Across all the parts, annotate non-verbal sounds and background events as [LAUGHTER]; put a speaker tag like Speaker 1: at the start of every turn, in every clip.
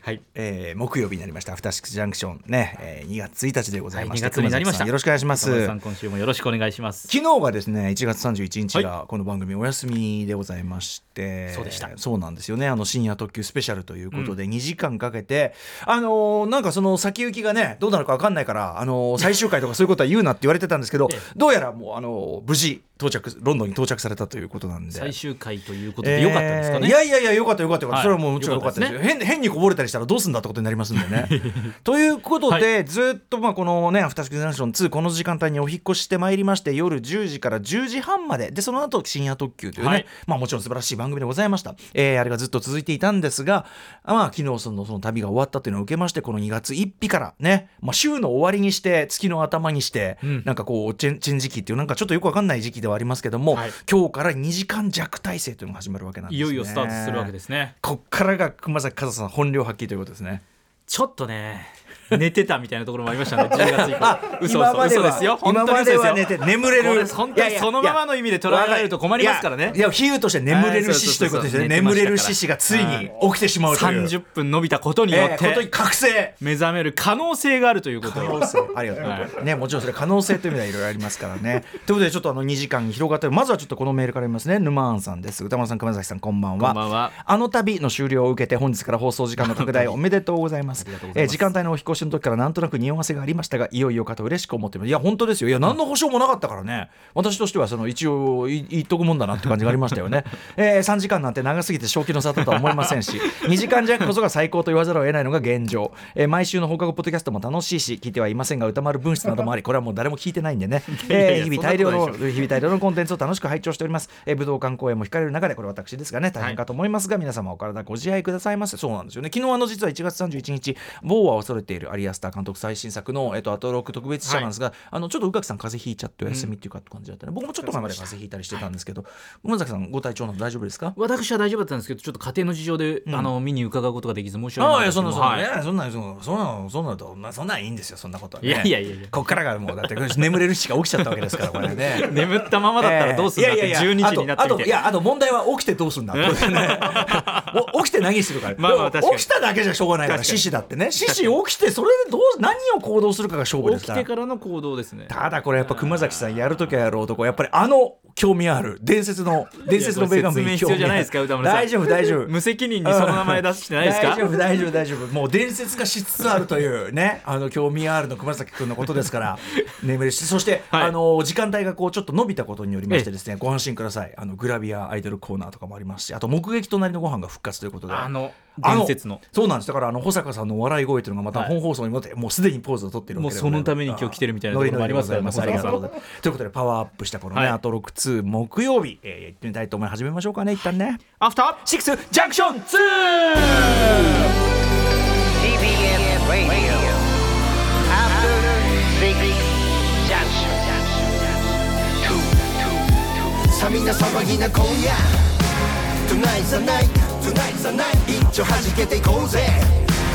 Speaker 1: はい
Speaker 2: えー木曜日になりました「アフターシックスジャンクションね」えー2月1日でございまして、
Speaker 1: はい2月になりまし
Speaker 2: 熊崎さ
Speaker 1: た
Speaker 2: んよろしくお願いします
Speaker 1: 中村さん今週もよろしくお願いします。
Speaker 2: 昨日がですね1月31日がこの番組お休みでございまして、
Speaker 1: そうでした
Speaker 2: そうなんですよねあの深夜特急スペシャルということで2時間かけて、あのーなんかその先行きがねどうなるか分かんないから、あのー最終回とかそういうことは言うなって言われてたんですけど
Speaker 1: [LAUGHS] ええ
Speaker 2: どうやらもう、あのー無事到着ロンドンに到着されたということなんで
Speaker 1: 最終回ということで良かったですかね。
Speaker 2: えーいやいやいや、よかったよかったよかった、それ
Speaker 1: はい
Speaker 2: はもうもちろんよかったですよ
Speaker 1: よ
Speaker 2: 変。変にこぼれたりしたらどうすんだってことになりますんで
Speaker 1: [LAUGHS]
Speaker 2: ね。ということで、ずっとまあこのね、アフターシックスジャンクション2、この時間帯にお引っ越ししてまいりまして、夜10時から10時半まで、で、その後深夜特急というね、
Speaker 1: はい
Speaker 2: まあもちろん素晴らしい番組でございました。えーあれがずっと続いていたんですが、まあ昨日そのその旅が終わったというのを受けまして、この2月1日からね、まあ週の終わりにして、月の頭にして、
Speaker 1: うん
Speaker 2: なんかこう、チェンチェン時期っていう、なんかちょっとよくわかんない時期ではありますけども、
Speaker 1: はい
Speaker 2: 今日から2時間弱体制というのが始まるわけなんですね。
Speaker 1: いよいよスタートするわけですね。
Speaker 2: こっからが熊崎和さん本領発揮ということですね。
Speaker 1: ちょっとね、寝てたみたいなところもあり
Speaker 2: [LAUGHS]
Speaker 1: ましたね。10月以降。嘘
Speaker 2: 今ま
Speaker 1: 嘘
Speaker 2: で
Speaker 1: 嘘
Speaker 2: は
Speaker 1: ですよ。本
Speaker 2: 今
Speaker 1: 当に
Speaker 2: ま
Speaker 1: 嘘
Speaker 2: では
Speaker 1: で
Speaker 2: 寝
Speaker 1: す
Speaker 2: て
Speaker 1: よ。
Speaker 2: 眠れ
Speaker 1: こ
Speaker 2: る
Speaker 1: れ。本当にそのままの意味で捉えられると困りますからね
Speaker 2: いやいや比喩として眠れる獅子ということですよね。
Speaker 1: はいそうそうそうそう
Speaker 2: 眠れる獅子がついに起きてしまうという。
Speaker 1: 30分伸びたことによ
Speaker 2: え
Speaker 1: っ
Speaker 2: えこと
Speaker 1: て
Speaker 2: に覚醒。
Speaker 1: 目覚める可能性があるということ
Speaker 2: 可
Speaker 1: を
Speaker 2: 能性ありがとうございますね、もちろんそれ可能性という意味ではいろいろありますからね。ということでちょっとあの2時間に広がってるまずはちょっとこのメールから見ますね沼庵さんです歌丸さん熊崎さんこんばんは
Speaker 1: こんばんは
Speaker 2: あの旅の終了を受けて本日から放送時間の拡大おめでとうございます
Speaker 1: がとうござい
Speaker 2: えー
Speaker 1: ます
Speaker 2: 時間帯のお引越しの時からなんとなく匂わせがありましたがいよいよかと嬉しく思ってますいや本当ですよいや何の保証もなかったからね私としてはその一応い言っとくもんだなって感じがありましたよね、 [LAUGHS] えー、3時間なんて長すぎて正気の沙汰とは思いませんし2時 [LAUGHS] 間弱こそが最高と言わざるを得ないのが現状、えー毎週の放課後ポッドキャストも楽しいし聞いてはいませんが歌丸分室などもありこれはもう誰も聞いてないんでね、えー日々大量の
Speaker 1: そんなことないでしょ
Speaker 2: 日々大量のコンテンツを楽しく拝聴しております。えー武道館公演も控える中で、これ私ですがね、大変かと思いますが、皆様お体ご自愛くださいませ。そうなんですよね。昨日あの実は1月31日、某は恐れているアリアスター監督最新作の、えっと、アトロック特別試写なんですが、あの、ちょっと宇垣さん風邪ひいちゃってお休みっていうかって感じだったね。僕もちょっと前まで風邪ひいたりしてたんですけど、熊崎さんご体調など大丈夫ですか
Speaker 1: 私は大丈夫だったんですけどちょっと家庭の事情で、あの見に伺うことができず申し訳
Speaker 2: あ
Speaker 1: ない
Speaker 2: あいや
Speaker 1: です
Speaker 2: そんなそんな、
Speaker 1: はい
Speaker 2: いやそんなそんなそんなそんなとまあそんなんいいんですよそんなことは、ね、
Speaker 1: いやいやいやいや
Speaker 2: こっからがもうだって眠れるしか起きちゃったわけですからこれね
Speaker 1: [LAUGHS] 眠ったままだったらどうするんだっ
Speaker 2: い
Speaker 1: て
Speaker 2: やいや
Speaker 1: 12
Speaker 2: いや
Speaker 1: 時になって
Speaker 2: あとあ
Speaker 1: き
Speaker 2: と
Speaker 1: て
Speaker 2: いやあと問題は起きてどうす
Speaker 1: [LAUGHS]
Speaker 2: んだってことねお起きて何するか
Speaker 1: まあまあ確かに
Speaker 2: 起きただけじゃしょうがないから獅子だってね獅子起きてそれでどう何を行動するかが勝負で
Speaker 1: 起
Speaker 2: す
Speaker 1: き
Speaker 2: から
Speaker 1: てからの行動ですね。
Speaker 2: ただこれやっぱ熊崎さんやるときはやる男やっぱりあの興味ある伝説の伝説の
Speaker 1: いや
Speaker 2: ベ
Speaker 1: こ
Speaker 2: ガ
Speaker 1: れ
Speaker 2: ムに
Speaker 1: 説明必要じゃないですか
Speaker 2: 興味ある
Speaker 1: 歌
Speaker 2: 大
Speaker 1: 丸
Speaker 2: 丈夫大丈夫
Speaker 1: 無責任にその名前出してないですか
Speaker 2: 大丈夫大丈夫大丈夫もう伝説化しつつあるというねあの興味あるの熊崎君のことです
Speaker 1: [LAUGHS]
Speaker 2: から眠るしそして、
Speaker 1: はい
Speaker 2: あの時間帯がこうちょっと伸びたことによりましてですねご安心くださいあのグラビアアイドルコーナーとかもありますしあと目撃隣のご飯が復活ということで
Speaker 1: あの
Speaker 2: あ
Speaker 1: 伝説の
Speaker 2: そうなんですだからあの保坂さんの笑い声というのがまた
Speaker 1: はい
Speaker 2: 本放送にもって、もうすでにポーズを取っているわけで
Speaker 1: もうそのために今日来てるみたいなところもありますからね
Speaker 2: ノリノリでございますありがとうございます [LAUGHS] ということでパワーアップしたこのね、
Speaker 1: はい
Speaker 2: アトロック2木曜日、えー、行ってみたいと思い始めましょうかね一旦ね、
Speaker 1: アフター
Speaker 2: シックスジャンクション 2!
Speaker 3: TBS Radio. After Six Junction. Two, two, two.
Speaker 4: さあみんな騒ぎな今夜 Tonight's the night Tonight's the night 一丁弾けていこうぜ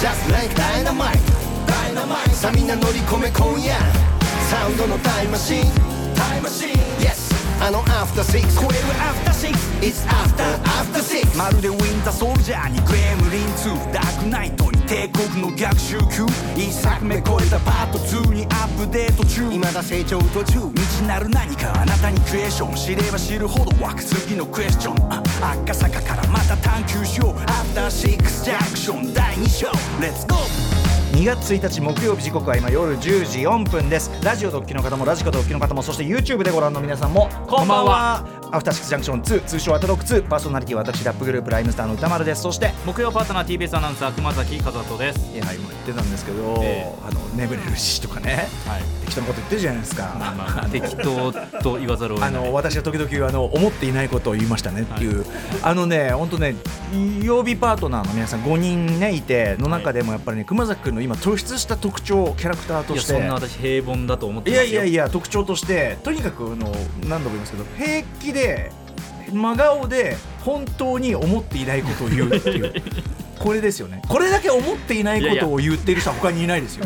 Speaker 4: Just like dynamite Dynamite さあみんな乗り込め今夜サウンドのタイムマシンタイムマシン Yes あのアフターシックス超えるアフターシックス It's after after six
Speaker 5: まるでウィンターソルジャーにグレムリン2ダークナイトに帝国の逆襲級一作目超えたパート2にアップデート中
Speaker 4: 未だ成長途中
Speaker 5: 未知なる何かあなたにクエスチョン知れば知るほど湧く次のクエスチョンあ赤坂からまた探求しようアフターシックスジャンクション第2章レッツゴー
Speaker 2: 2月1日木曜日時刻は今夜10時4分ですラジオドッキの方もラジコドッキの方もそして YouTube でご覧の皆さんもこんばんはアフターシックスジャンクション2通称アトロック2パーソナリティは私ラップグループライムスターの歌丸ですそして
Speaker 1: 木曜パートナー TBS アナウンサー熊崎和人です
Speaker 2: いや今言ってたんですけど、
Speaker 1: え
Speaker 2: あの眠れるしとかね
Speaker 1: はい
Speaker 2: 適当なこと言ってるじゃないですか、
Speaker 1: まあまあ [LAUGHS] 適当と言わざるを得
Speaker 2: あ
Speaker 1: ない
Speaker 2: の私は時々あの思っていないことを言いましたねっていう、あのね、本当ね、曜日パートナーの皆さん5人、ね、いて、の中でもやっぱりね、熊崎君の今、突出した特徴、キャラクターと
Speaker 1: いや
Speaker 2: して。
Speaker 1: そんな私平凡だと思って
Speaker 2: い
Speaker 1: ます
Speaker 2: や
Speaker 1: よ
Speaker 2: いやいや、特徴として、とにかくあの何度も言いますけど、平気で、真顔で、本当に思っていないことを言うって
Speaker 1: [LAUGHS]
Speaker 2: いう。これですよねこれだけ思っていないことを言っている人は他にいないです
Speaker 1: [LAUGHS]
Speaker 2: よ。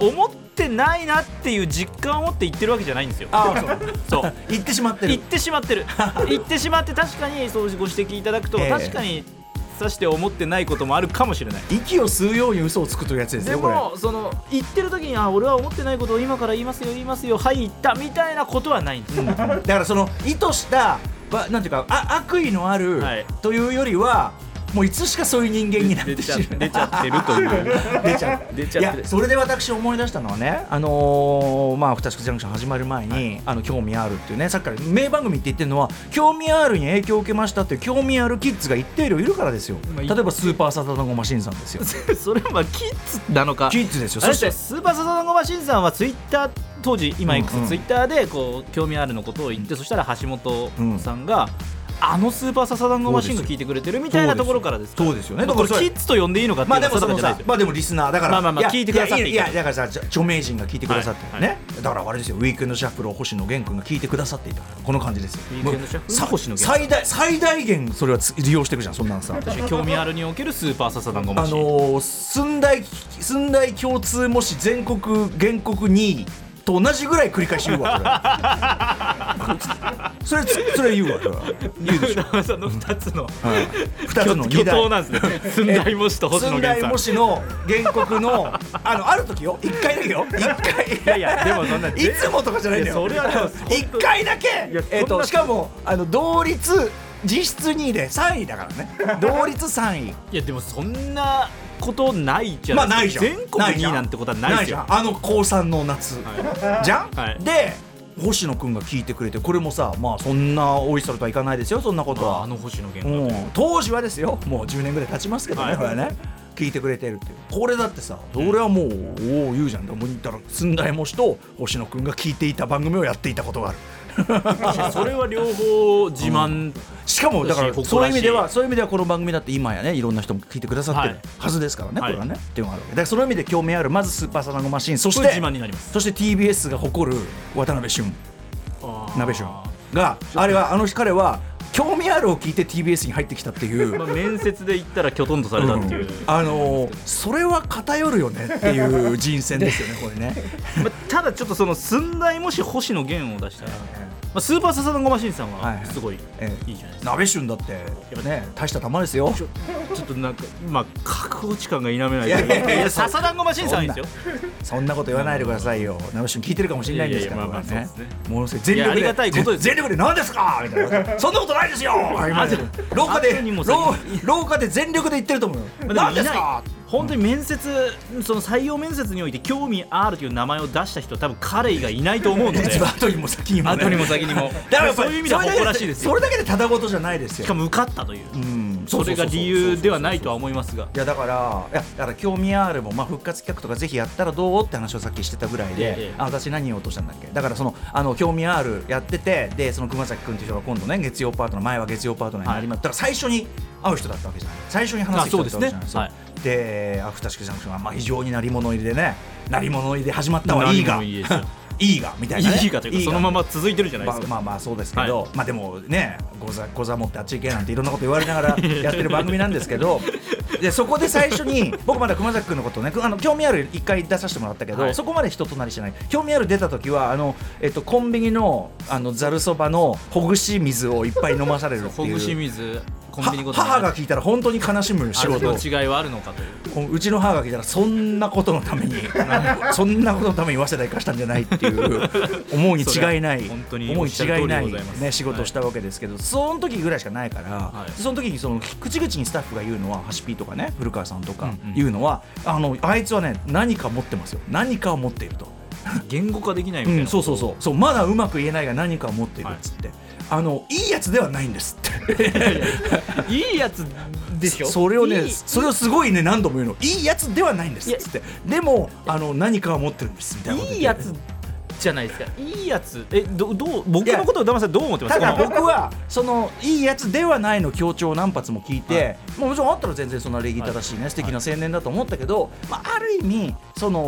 Speaker 1: 思ってないなっていう実感を持って言ってるわけじゃないんですよ
Speaker 2: ああそう
Speaker 1: [LAUGHS] そう
Speaker 2: 言ってしまって
Speaker 1: 言
Speaker 2: る
Speaker 1: ってしまって [LAUGHS] る言ってしまって確かにそうご指摘いただくと、
Speaker 2: ええ
Speaker 1: 確かにさして思ってないこともあるかもしれない
Speaker 2: 息を吸うように嘘をつくというやつです
Speaker 1: で
Speaker 2: よこれ。
Speaker 1: もその言ってる時にあ俺は思ってないことを今から言いますよ言いますよはい言ったみたいなことはないんですよ、
Speaker 2: だからその意図したわなんていうかあ悪意のある
Speaker 1: はい
Speaker 2: というよりはもういつしかそういう人間になって
Speaker 1: 出ち
Speaker 2: し
Speaker 1: ゃ
Speaker 2: まう
Speaker 1: 出ちゃってるという
Speaker 2: 出ちゃう
Speaker 1: [LAUGHS] 出ちゃってる
Speaker 2: いやそれで私思い出したのはねあのーまあ「アフターシックスジャンクション」始まる前に「あの興味ある」っていうねさっきから名番組って言ってるのは「興味ある」に影響を受けましたっていう興味あるキッズが一定量いるからですよ、
Speaker 1: まあい
Speaker 2: 例えば「スーパーサタダンゴマシン」さんですよ
Speaker 1: それはま [LAUGHS] あキッズなのか
Speaker 2: キッズですよ
Speaker 1: あれ
Speaker 2: そ
Speaker 1: で
Speaker 2: し
Speaker 1: すね
Speaker 2: て
Speaker 1: スーパーサザンゴマシンさんはツイッター当時今 X
Speaker 2: うんうん
Speaker 1: ツイッターでこう興味あるのことを言ってそしたら橋本さんが、あのスーパーサザンゴマシンが聞いてくれてるみたいなところからですから
Speaker 2: そうですよね
Speaker 1: まあこれ
Speaker 2: だからそれ
Speaker 1: キッズと呼んでいいのかってい
Speaker 2: まあ
Speaker 1: うの
Speaker 2: でも
Speaker 1: は
Speaker 2: そ
Speaker 1: 定か
Speaker 2: の
Speaker 1: じゃない
Speaker 2: さ
Speaker 1: ですよ
Speaker 2: まあでもリスナーだから
Speaker 1: まあまあまあ
Speaker 2: や
Speaker 1: 聞いてくださっていい
Speaker 2: や
Speaker 1: から
Speaker 2: いやだからさ著名人が聞いてくださってるね、
Speaker 1: はい
Speaker 2: だからあれですよウィークエンドシャッフルを星野源君が聞いてくださっていたこの感じですよ
Speaker 1: ウィークエンドシャッフル
Speaker 2: もうさ
Speaker 1: 星野源
Speaker 2: 最大最大限それはつ利用してるじゃんそんなのさ
Speaker 1: 私興味あるにおけるスーパーサザンゴ
Speaker 2: あ
Speaker 1: マ
Speaker 2: の
Speaker 1: シン、
Speaker 2: ー、寸大寸大共通もし全国原告2位と同じぐらい繰り返し言うわ
Speaker 1: [LAUGHS]
Speaker 2: それそれつそれ言うわそれは言うでしょ、
Speaker 1: 長 [LAUGHS] さんの2つの
Speaker 2: うん、2つの
Speaker 1: [LAUGHS] 巨
Speaker 2: 2
Speaker 1: 頭
Speaker 2: 大
Speaker 1: なんですね [LAUGHS] 寸大模試と星野
Speaker 2: 寸大
Speaker 1: 源さん
Speaker 2: 模試の原告のあのある時よ一回だけよ一回い
Speaker 1: やいやでもそんない
Speaker 2: つもとかじゃないんだよ
Speaker 1: いやそれはでも
Speaker 2: 一回だけ
Speaker 1: いやそんな
Speaker 2: えっとしかもあの同率実質2位で3位だ
Speaker 1: [LAUGHS]
Speaker 2: からね同率3位
Speaker 1: いやでもそんなことないじゃ
Speaker 2: ま
Speaker 1: な
Speaker 2: あ
Speaker 1: い
Speaker 2: ないじ
Speaker 1: です
Speaker 2: ゃ
Speaker 1: か、
Speaker 2: ん
Speaker 1: 全国2位
Speaker 2: じゃ
Speaker 1: なんてことはないですよ
Speaker 2: じゃんあの高3の夏、じゃん、
Speaker 1: はい
Speaker 2: で星野くんが聞いてくれてこれもさまあそんな大いそれとはいかないですよそんなこと
Speaker 1: ま
Speaker 2: は、
Speaker 1: ああの星野源
Speaker 2: うん、当時はですよもう10年ぐらい経ちますけどね、
Speaker 1: はい
Speaker 2: これね聞いてくれてるっていうこれだってさ俺はもう、おお言うじゃんもう言ったら寸大模試と星野くんが聞いていた番組をやっていたことがある
Speaker 1: いや [LAUGHS] それは両方自慢、
Speaker 2: しかもだから
Speaker 1: 誇らしい
Speaker 2: そういう意味ではそういう意味ではこの番組だって今やねいろんな人も聞いてくださってる
Speaker 1: はい
Speaker 2: はずですからね、
Speaker 1: はい
Speaker 2: これはねっていうのがあるわけだからその意味で興味あるまずスーパーサナゴマシンそし
Speaker 1: こ
Speaker 2: て
Speaker 1: れ自慢になります
Speaker 2: そして TBS が誇る渡辺俊鍋俊があれはあの彼は興味あるを聞いて TBS に入ってきたっていう
Speaker 1: まあ、面接で言ったらきょとんとされたっていう、
Speaker 2: あのーそれは偏るよねっていう人選ですよね、これ
Speaker 1: [LAUGHS]
Speaker 2: ね。
Speaker 1: まあ、ただちょっとその寸大もし星野源を出したら、まあ、スーパーササダンゴマシンさん
Speaker 2: はいは
Speaker 1: はいすごいいい
Speaker 2: ええ
Speaker 1: じゃないですか、
Speaker 2: 鍋旬だって、ね、大した玉ですよ。
Speaker 1: ちょっとなんかまあ覚悟時間が否めないけ
Speaker 2: いやいやい
Speaker 1: ど
Speaker 2: や
Speaker 1: いやササダンゴマシンさんはいいですよ
Speaker 2: そんなこと言わないでくださいよ。鍋旬聞いてるかもしれないんですから、
Speaker 1: いやいやまあまあ
Speaker 2: これね
Speaker 1: そうです
Speaker 2: ものすごい全力で、
Speaker 1: いやありがたいことです
Speaker 2: 全全力で何ですかみたいな。そんなことないですよ。
Speaker 1: あじゃあ
Speaker 2: 廊下で
Speaker 1: 後にもさ
Speaker 2: 廊廊下で全力で言ってると思うよ。
Speaker 1: まあ
Speaker 2: 何
Speaker 1: で
Speaker 2: です
Speaker 1: もいない
Speaker 2: か。
Speaker 1: 本当に面接その採用面接において興味あるという名前を出した人は多分彼以外いないと思う
Speaker 2: [LAUGHS]
Speaker 1: ので
Speaker 2: 実は後にも先にも、ね。
Speaker 1: 後にも先にも
Speaker 2: だからやっぱ
Speaker 1: そう
Speaker 2: り
Speaker 1: いう意味では
Speaker 2: それだけ
Speaker 1: 誇らしいですよ
Speaker 2: それだけでただごとじゃないです
Speaker 1: し
Speaker 2: よ
Speaker 1: か。も受かったという、
Speaker 2: うん
Speaker 1: それが理由ではないとは思いますが
Speaker 2: いやだからいやだから興味あるもまあ復活企画とかぜひやったらどうって話をさっきしてたぐらいで、
Speaker 1: ええ
Speaker 2: あ私何を落としたんだっけだからそのあの興味あるやっててでその熊崎君という人が今度ね月曜パートナー前は月曜パートナーになります、だから最初に会う人だったわけじゃない最初に話す人だったわけじゃない
Speaker 1: あ
Speaker 2: そ
Speaker 1: そうう
Speaker 2: で、
Speaker 1: です
Speaker 2: アフターシックスジャンクションはまあ非常に鳴り物入りでね鳴り物入りで始まったはいいが
Speaker 1: 何でもいいですよ
Speaker 2: [LAUGHS] いいがみたいなね、
Speaker 1: いいかというかそのまま続いてるじゃないで
Speaker 2: ますあ
Speaker 1: か、
Speaker 2: まあまあそうですけど、まあでもねござござもってあっち行けなんていろんなこと言われ
Speaker 1: [LAUGHS]
Speaker 2: ながらやってる番組なんですけどでそこで最初に
Speaker 1: [LAUGHS]
Speaker 2: 僕まだ熊崎君のことねくあの興味ある一回出させてもらったけど、
Speaker 1: はい
Speaker 2: そこまで人となりしてない興味ある出た時はあの、えっと、コンビニのあのざるそばのほぐし水をいっぱい飲まされるって
Speaker 1: ほ
Speaker 2: い
Speaker 1: ぐし
Speaker 2: う。
Speaker 1: 水コンビニご
Speaker 2: は
Speaker 1: とに
Speaker 2: 母が聞いたら本当に悲しむ仕
Speaker 1: 仕
Speaker 2: 事を
Speaker 1: 事の違いはあるのかという
Speaker 2: うちの母が聞いたらそんなことのた
Speaker 1: [LAUGHS]
Speaker 2: めにそんなことのために早稲田行かしたんじゃないっていう思うに違いない
Speaker 1: それは本当に
Speaker 2: 思
Speaker 1: お
Speaker 2: う
Speaker 1: っ
Speaker 2: に
Speaker 1: しゃる通り
Speaker 2: 違い
Speaker 1: で
Speaker 2: ない、
Speaker 1: ございます
Speaker 2: ね、仕事をしたわけですけど、その時ぐらいしかないから、
Speaker 1: はい
Speaker 2: その時にその口々にスタッフが言うのはハシピーとかね古川さんとか
Speaker 1: うんうん
Speaker 2: 言うのは、あのあいつはね何か持ってますよ何かを持っていると。
Speaker 1: 言語化できない
Speaker 2: う
Speaker 1: みたいな、
Speaker 2: ん、そうそうそうそうまだうまく言えないが何かを持っているっつって、あのいいやつではないんですって
Speaker 1: いいやつでしょ
Speaker 2: それを
Speaker 1: い
Speaker 2: ね
Speaker 1: い
Speaker 2: それをすごいね何度も言うのいいやつではないんですっつってでもあの何かは持ってるんですみたいなこと
Speaker 1: い
Speaker 2: 言っ
Speaker 1: い
Speaker 2: て
Speaker 1: やつじゃないですかいいやつえどどう僕のことを騙さんどう思ってます
Speaker 2: た
Speaker 1: か
Speaker 2: だ僕はそのいいやつではないの強調を何発も聞いて、まあ、もちろんあったら全然そんな礼儀正しいね、素敵な青年だと思ったけど、まあ、ある意味その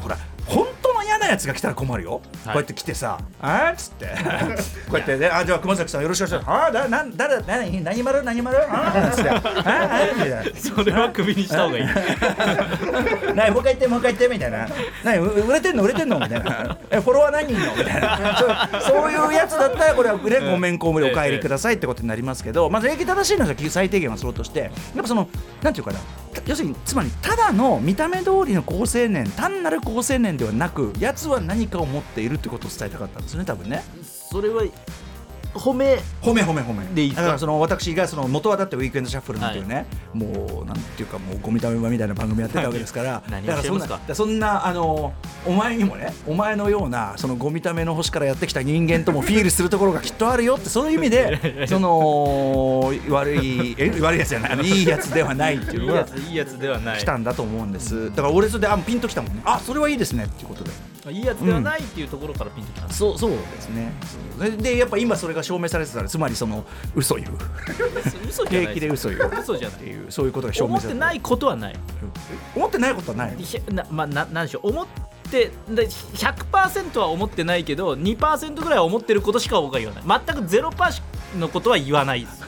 Speaker 2: ほら本当の嫌なやつが来たら困るよ、こうやって来てさ「あーっつって [LAUGHS] こうやってね「あじゃあ熊崎さんよろしくお願いします」あーだな誰だ何何丸何丸あーっつって「あーあー」みたいな。
Speaker 1: それはクビにした方がいい
Speaker 2: ないもう一回言ってもう一回言ってみたいなない売れてんの売れてんのみたいなえフォロワー何人いんのみたいなそうそういうやつだったらこれは、ね、ごめんこ無理お帰りくださいってことになりますけど、まあ、礼儀正しいのは最低限はそうとしてやっぱそのなんていうかな要するにつまりただの見た目通りの好青年単なる好青年ではなくやつは何かを持っているってことを伝えたかったんですね多分ね
Speaker 1: それは褒め
Speaker 2: 褒め褒め褒め
Speaker 1: でいいですか
Speaker 2: だからその私がその元はだってウィークエンドシャッフルなんていうね、もうなんていうかもうゴミため場みたいな番組やってたわけですから、
Speaker 1: 何
Speaker 2: だ
Speaker 1: を
Speaker 2: から
Speaker 1: おっしゃ
Speaker 2: そ
Speaker 1: い
Speaker 2: ん
Speaker 1: ま
Speaker 2: な
Speaker 1: す
Speaker 2: だ
Speaker 1: か
Speaker 2: からそんなあのお前にもねお前のようなそのゴミための星からやってきた人間ともフィールするところがきっとあるよって [LAUGHS] そういう意味でその悪いえ悪いやつじゃ [LAUGHS] ないあのいいやつではないってい
Speaker 1: いうい
Speaker 2: の
Speaker 1: や
Speaker 2: が
Speaker 1: ついいやつではない
Speaker 2: 来たんだと思うんですだから俺それであピンときたもんねあそれはいいですねっていうことで。
Speaker 1: いいやつではないっていうところからピンときたんです、
Speaker 2: そうそうですねででやっぱ今それが証明されてたらつまりその嘘言う
Speaker 1: 嘘じゃな
Speaker 2: 平
Speaker 1: い
Speaker 2: 気で嘘言うっ
Speaker 1: 嘘じゃな
Speaker 2: て
Speaker 1: い
Speaker 2: いうそういうことが証
Speaker 1: 思
Speaker 2: 明
Speaker 1: っ
Speaker 2: され
Speaker 1: て
Speaker 2: て
Speaker 1: ないことはない
Speaker 2: 思ってないことはない
Speaker 1: いやなまあななんでしょう思ってで100%は思ってないけど2%ぐらいは思ってることしか僕は言わない全く0%のことは言わないです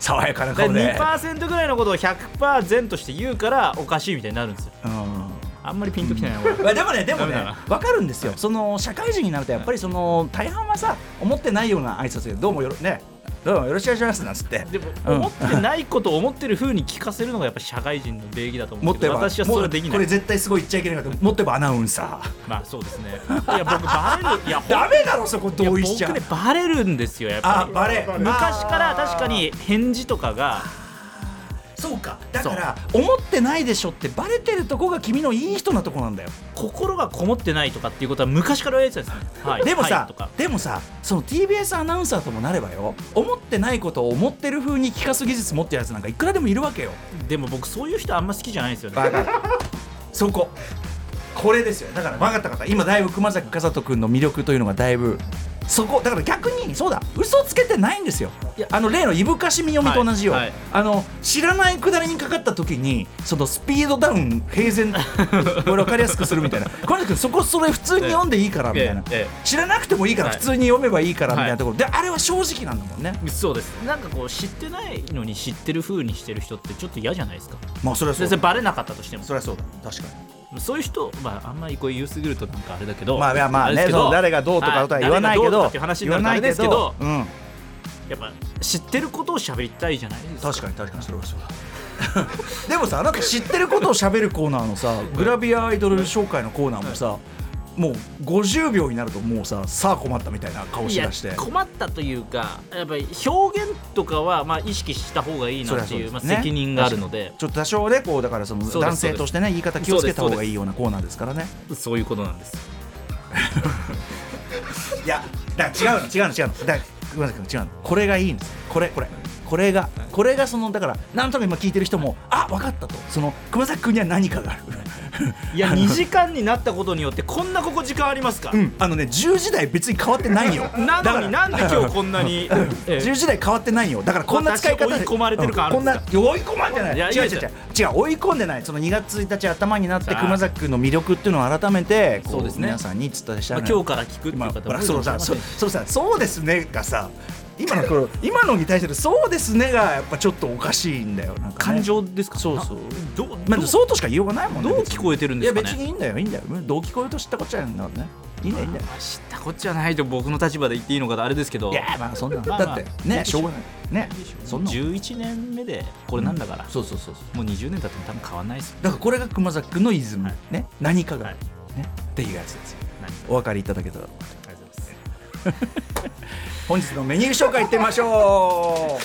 Speaker 2: 爽やかな
Speaker 1: だ
Speaker 2: 顔
Speaker 1: か
Speaker 2: で、
Speaker 1: ら2%ぐらいのことを100%全として言うからおかしいみたいになるんですよ
Speaker 2: うん
Speaker 1: あんまりピンときてないな、俺
Speaker 2: まあでもねでもね
Speaker 1: ダメだな
Speaker 2: 分かるんですよその社会人になるとやっぱりその大半はさ思ってないような挨拶でどうもよろねどうもよろしくお願いしますなんつって
Speaker 1: でも
Speaker 2: うん
Speaker 1: 思ってないことを思ってる風に聞かせるのがやっぱ社会人の礼儀だと思
Speaker 2: 持
Speaker 1: う
Speaker 2: っ
Speaker 1: け
Speaker 2: て
Speaker 1: ど
Speaker 2: ば
Speaker 1: 私はそれはでき
Speaker 2: もう
Speaker 1: な
Speaker 2: これ
Speaker 1: い
Speaker 2: 絶対すごい言っちゃいけないかと思ってばアナウンサー
Speaker 1: まあそうですねいや僕バレるいや
Speaker 2: ダメだろそこ
Speaker 1: い
Speaker 2: [LAUGHS]
Speaker 1: や
Speaker 2: 同意しちゃ
Speaker 1: 僕
Speaker 2: う
Speaker 1: ねバレるんですよやっぱ
Speaker 2: あ
Speaker 1: り
Speaker 2: バレ
Speaker 1: 昔から確かに返事とかが
Speaker 2: そうかだから思ってないでしょってバレてるとこが君のいい人なとこなんだよ
Speaker 1: 心がこもってないとかっていうことは昔から言われてた
Speaker 2: [LAUGHS]
Speaker 1: んですね、はい、
Speaker 2: でも
Speaker 1: は
Speaker 2: さ
Speaker 1: い、とか
Speaker 2: でもさその TBS アナウンサーともなればよ思ってないことを思ってる風に聞かす技術持ってるやつなんかいくらでもいるわけよ
Speaker 1: でも僕そういう人あんま好きじゃないんですよね
Speaker 2: そここれですよだから分かった方今だいぶ熊崎和人君の魅力というのがだいぶそこだから逆にそうだ嘘つけてないんですよあの例のいぶかしみ読みと同じよ、
Speaker 1: はいはい
Speaker 2: あの知らないくだりにかかった時にそのスピードダウン平
Speaker 1: [LAUGHS]
Speaker 2: 然これ分かりやすくするみたいな熊崎君そこそれ普通に読んでいいからみたいな
Speaker 1: ええええ
Speaker 2: 知らなくてもいいから
Speaker 1: はい
Speaker 2: 普通に読めばいいからみたい
Speaker 1: は
Speaker 2: ないところであれは正直なんだもんね
Speaker 1: そうですなんかこう知ってないのに知ってる風にしてる人ってちょっと嫌じゃないですか
Speaker 2: まあそれは
Speaker 1: 全然バレなかったとしても
Speaker 2: それはそうだ確かに
Speaker 1: そういう人、まあ、あんまりこう言うすぎるとなんかあれだけど、
Speaker 2: まあいやまあ
Speaker 1: れで
Speaker 2: ね
Speaker 1: すけ
Speaker 2: そ
Speaker 1: ど
Speaker 2: の誰がどうとかとは言わないけ
Speaker 1: 誰がうとか
Speaker 2: ど
Speaker 1: っていう話に
Speaker 2: 言
Speaker 1: な
Speaker 2: わな
Speaker 1: るとあれ
Speaker 2: い
Speaker 1: で
Speaker 2: け
Speaker 1: すけど
Speaker 2: ど、うん、
Speaker 1: やっぱ知ってることを喋りたいじゃないですか
Speaker 2: 確かに確かにそれはそうだ [LAUGHS] でもさあなた知ってることをしゃべるコーナーのさグラビアアイドル紹介のコーナーもさもう50秒になるともうささあ困ったみたいな顔
Speaker 1: い
Speaker 2: し
Speaker 1: や
Speaker 2: だして
Speaker 1: 困ったというかやっぱり表現とかはまあ意識した方がいいなってい
Speaker 2: そ
Speaker 1: う
Speaker 2: り
Speaker 1: ま
Speaker 2: ゃ
Speaker 1: あ、
Speaker 2: そうですね
Speaker 1: 責任があるので
Speaker 2: ちょっと多少ねこうだからその
Speaker 1: そうです
Speaker 2: 男性としてね言い方気をつけた方がいいようなコーナーですからね
Speaker 1: そういうことなんです
Speaker 2: いやだから違うの違うの違うのだごめんなさい違うのこれがいいんですこれこれこれがこれがそのだからなんとなく今聞いてる人もあ分かったとその熊崎君には何かがある
Speaker 1: いや2時間になったことによってこんなここ時間ありますか、
Speaker 2: あのね10時台別に変わってないよ
Speaker 1: [LAUGHS] な
Speaker 2: だか
Speaker 1: の
Speaker 2: ら
Speaker 1: になんで今日こんなに、
Speaker 2: [LAUGHS]
Speaker 1: ええ
Speaker 2: 10時代変わってないよだからこんな使い方で
Speaker 1: 私追い込まれてる感あるんですか
Speaker 2: こんな追い込まれてない
Speaker 1: いやい
Speaker 2: 違う
Speaker 1: や
Speaker 2: 違う違う違う追い込んでないその2月1日頭になって熊崎君の魅力っていうのを改めてこ
Speaker 1: そうですね
Speaker 2: 皆さんに伝えした
Speaker 1: ま
Speaker 2: い
Speaker 1: あ
Speaker 2: な
Speaker 1: 今日から聞くっていう
Speaker 2: 今
Speaker 1: 方
Speaker 2: ほ
Speaker 1: も
Speaker 2: ら
Speaker 1: いる
Speaker 2: そ
Speaker 1: か
Speaker 2: の
Speaker 1: もし
Speaker 2: さそ
Speaker 1: れませんし
Speaker 2: そうさそうですねがさ今のこ
Speaker 1: [LAUGHS]
Speaker 2: の今のに対するそうですねがやっぱちょっとおかしいんだよなんかね、
Speaker 1: 感情ですか
Speaker 2: そうそう
Speaker 1: どどう
Speaker 2: まあそうとしか言いようがないもんね
Speaker 1: どう
Speaker 2: 別に
Speaker 1: 聞こえてるんですかね
Speaker 2: いや別にいいんだよいいんだよどう聞こえると知ったこっちゃなんだからねいいんだよいいんだよ
Speaker 1: 知ったこっちゃないと僕の立場で言っていいのかとあれですけど
Speaker 2: いやまあそんなの
Speaker 1: まあまあ
Speaker 2: だってねしょうがないねそんなの
Speaker 1: 11年目でこれなんだから、
Speaker 2: そうそうそうそう
Speaker 1: もう20年経っても多分変わんないですよ
Speaker 2: だからこれが熊崎君のイズム、
Speaker 1: はい
Speaker 2: ね何かが、
Speaker 1: はい
Speaker 2: ねっていうやつですよ
Speaker 1: 何か
Speaker 2: お分かりいただけたら
Speaker 1: ありがとうございます
Speaker 2: 本日のメ
Speaker 1: [LAUGHS]
Speaker 2: ニュー紹介いってみましょう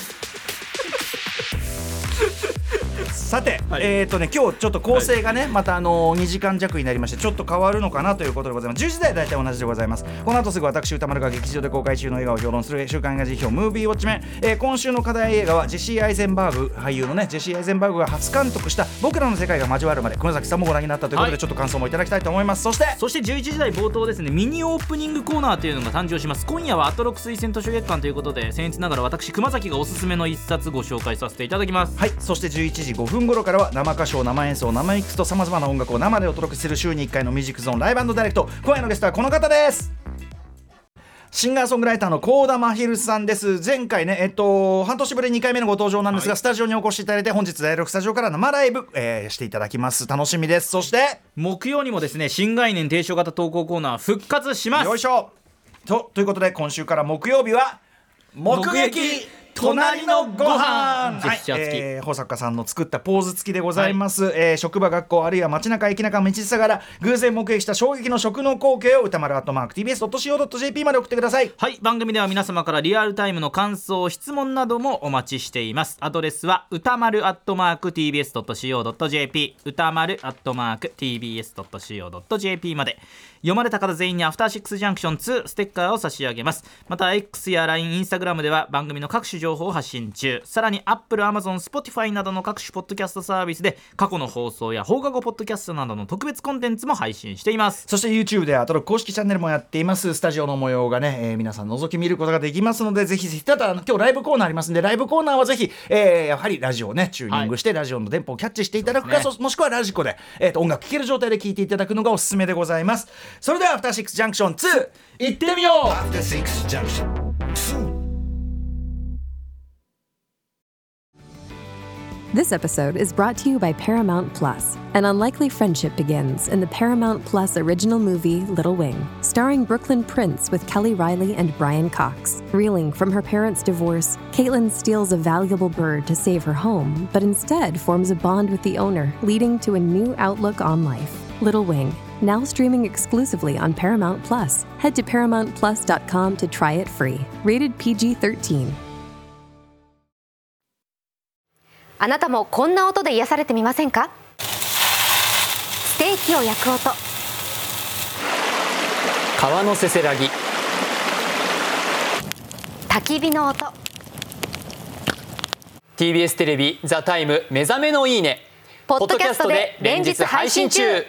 Speaker 2: さて、
Speaker 1: はい
Speaker 2: えっ、とね今日ちょっと構成がね、またあの2時間弱になりましてちょっと変わるのかなということでございます10時台は大体同じでございますこの後すぐ私歌丸が劇場で公開中の映画を評論する週刊映画辞表ムービーウォッチメン、えー今週の課題映画はジェシー・アイゼンバーグ俳優のねジェシー・アイゼンバーグが初監督した僕らの世界が交わるまで熊崎さんもご覧になったということで、
Speaker 1: はい
Speaker 2: ちょっと感想もいただきたいと思いますそして
Speaker 1: そして11時台冒頭ですねミニオープニングコーナーというのが誕生します今夜はアトロック推薦図書月間ということで僭越ながら私熊崎がおすすめの一冊ご紹介させていただきます
Speaker 2: はい、そして11時5分頃からは生歌唱、生演奏、生ミックスとさまざまな音楽を生でお届けする週に1回のミュージックゾーンライブダイレクト今夜のゲストはこの方ですシンガーソングライターの幸田真昼さんです前回ねえっと半年ぶり2回目のご登場なんですが、スタジオにお越しいただいて本日第6スタジオから生ライブ、えーしていただきます楽しみですそして
Speaker 1: 木曜にもですね新概念提唱型投稿コーナー復活します
Speaker 2: よいしょとということで今週から木曜日は目撃隣のご飯
Speaker 1: ジェスチャー付き
Speaker 2: えー保坂さんの作ったポーズ付きでございます、えー職場学校あるいは街中駅中道下から偶然目撃した衝撃の食の光景を歌丸アットマーク TBS.CO.JP まで送ってください
Speaker 1: はい番組では皆様からリアルタイムの感想質問などもお待ちしていますアドレスは歌丸アットマーク TBS.CO.JP 歌丸アットマーク TBS.CO.JP まで読まれた方全員にアフターシックスジャンクション2ステッカーを差し上げますまた X や LINE、Instagram では番組の各種情報を発信中さらに Apple、Amazon、Spotify などの各種ポッドキャストサービスで過去の放送や放課後ポッドキャストなどの特別コンテンツも配信しています
Speaker 2: そして YouTube ではアトロック公式チャンネルもやっていますスタジオの模様がね、えー皆さん覗き見ることができますのでぜひぜひただ今日ライブコーナーありますんでライブコーナーはぜひ、えーやはりラジオをねチューニングして、ラジオの電波をキャッチしていただくか、そもしくはラジコで、えー、と音楽聴ける状態で聴いていただくのがおすすめでございますそれでは「アフターシックスジャンクション2」いってみよう
Speaker 5: アフターシックスジャンクション2
Speaker 6: This episode is brought to you by Paramount Plus. An unlikely friendship begins in the Paramount Plus original movie Little Wing, starring Brooklyn Prince with Kelly Riley and Brian Cox. Reeling from her parents' divorce, Caitlin steals a valuable bird to save her home, but instead forms a bond with the owner, leading to a new outlook on life. Little Wing, now streaming exclusively on Paramount Plus. Head to paramountplus.com to try it free. Rated PG 13.
Speaker 7: あなたもこんな音で癒されてみませんかステーキを焼く音
Speaker 8: 川のせせらぎ
Speaker 7: 焚き火の音
Speaker 8: TBS テレビ「ザタイム目覚めのいいね」
Speaker 7: ポッドキャストで連日配信中